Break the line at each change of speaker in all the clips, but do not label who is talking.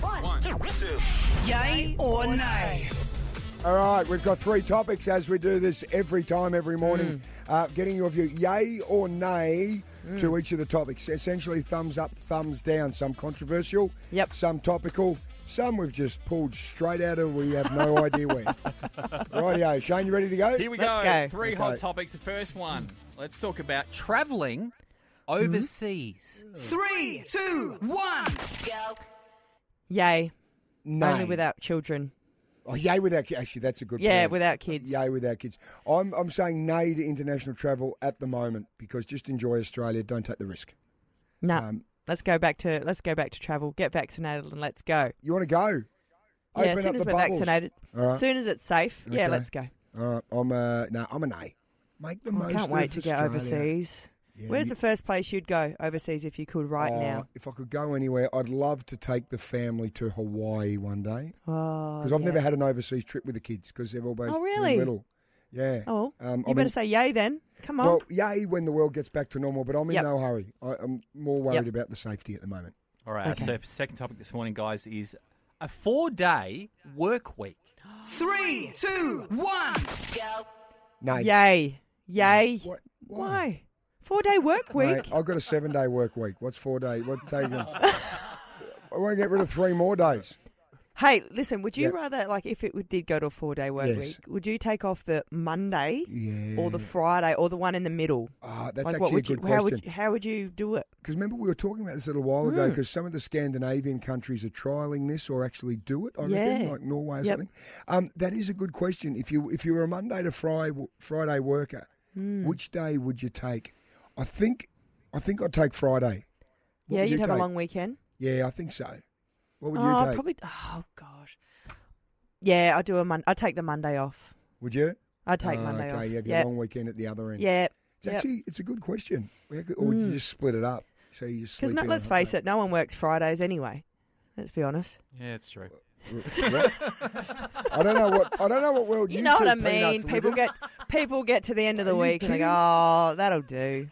One, two.
Yay or nay?
All right, we've got three topics as we do this every time, every
Mm.
morning. Uh, getting your view, yay or nay,
Mm.
to each of the topics. Essentially, thumbs up, thumbs down. Some controversial,
Yep.
Some topical, some we've just pulled straight out of. We have no idea where. Rightio, Shane, you ready to go?
Here we
Let's
go.
go.
Three
Okay.
hot topics. The first one. Let's talk about traveling overseas.
Three, two, one.
Yay.
Nay.
Only without children.
Oh, yay without ki- actually, that's a good.
Yeah,
point.
without kids.
Yay without kids. I'm I'm saying nay to international travel at the moment because just enjoy Australia. Don't take the risk.
No.
Um,
let's go back to let's go back to travel. Get vaccinated and let's go.
You want to go?
Yeah, as soon as we're vaccinated.
All right.
As soon as it's safe. Yeah,
Okay.
let's go.
All right, Uh, I'm a no. I'm an A. Make the
Oh, I
most.
can't wait
of
to get
Australia.
overseas.
Yeah,
Where's
you-
the first place you'd go overseas if you could right
Oh,
now?
If I could go anywhere, I'd love to take the family to Hawaii one day
Oh,
because I've
yeah.
never had an overseas trip with the kids because they've always
Oh, really?
too little. Yeah.
Oh,
Um,
you
I'm
better
in-
say yay then. Come on.
Well, yay when the world gets back to normal, but I'm in
Yep.
no hurry. I, I'm more worried
Yep.
about the safety at the moment.
All right.
Okay.
So, second topic this morning, guys, is a four-day work week.
Three, two, one.
No.
yay. Yay.
What? Why?
Why? Four day work week.
Mate, I've got a seven day work week. What's four day? What's taking? I want to get rid of three more days.
Hey, listen, would you
Yep.
rather, like, if it would- did go to a four day work
Yes.
week, would you take off the Monday
Yeah.
or the Friday or the one in the middle?
Ah, Mm. that's
like,
actually
what would
a good
you, How
question.
would, you, how would you do it?
Because remember, we were talking about this a little while ago.
Hmm.
Because some of the Scandinavian countries are trialing this or actually do it. I reckon,
Yeah.
like Norway or
Yep.
something. Um, that is a good question. If you if you were a Monday to Friday Friday worker,
Hmm.
which day would you take? I think I think I'd take Friday. What
yeah,
would
you'd
you
have a
take?
long weekend.
Yeah, I think so. What would
oh,
you
I'd
take?
probably. Oh gosh. Yeah, I'd do a Mon- I'd take the Monday off.
Would you?
I'd take
Ah,
Monday
okay,
off.
you have your
yeah.
long weekend at the other end.
Yeah.
It's actually it's a good question. Or you just split it up. So you just
Because let's face it, no one works Fridays anyway. Let's be honest.
Yeah, it's true.
I don't know what I don't know what world you,
You, know
two
what I
peanuts
mean?
live
People
in.
get people get to the end of the
Are you
week and they go,
kidding?
"Oh, that'll do."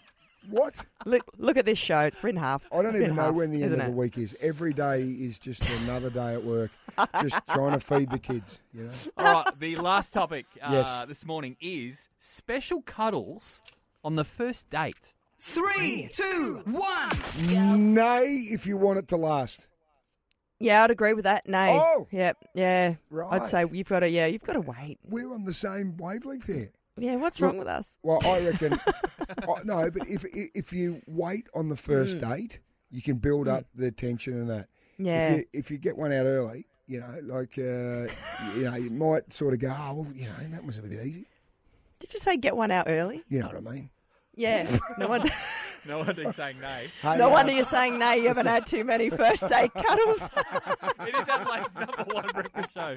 what?
Look, look at this show. It's been half.
I don't
It's
even
been
know
half,
when the end
isn't
of the
it?
week is. Every day is just another day at work, just trying to feed the kids. You know,
All right. The last topic uh,
Yes.
this morning is special cuddles on the first date.
Three, two, one.
nay, if you want it to last.
Yeah, I'd agree with that. No.
Oh!
Yep. Yeah.
Right.
I'd say you've got to. Yeah, you've got to wait.
We're on the same wavelength here.
Yeah. What's wrong with us?
Well, I reckon. I, no, but if if you wait on the first
Hmm.
date, you can build up the tension and that.
Yeah.
If you, if you get one out early, you know, like uh, you know, you might sort of go, oh, well, you know, that was a bit easy.
Did you say get one out early?
You know what I mean?
Yeah. No wonder.
No one's saying nay.
Hey,
No
uh,
wonder you're saying no. You haven't had too many first date cuddles.
It is Adelaide's number one breakfast show.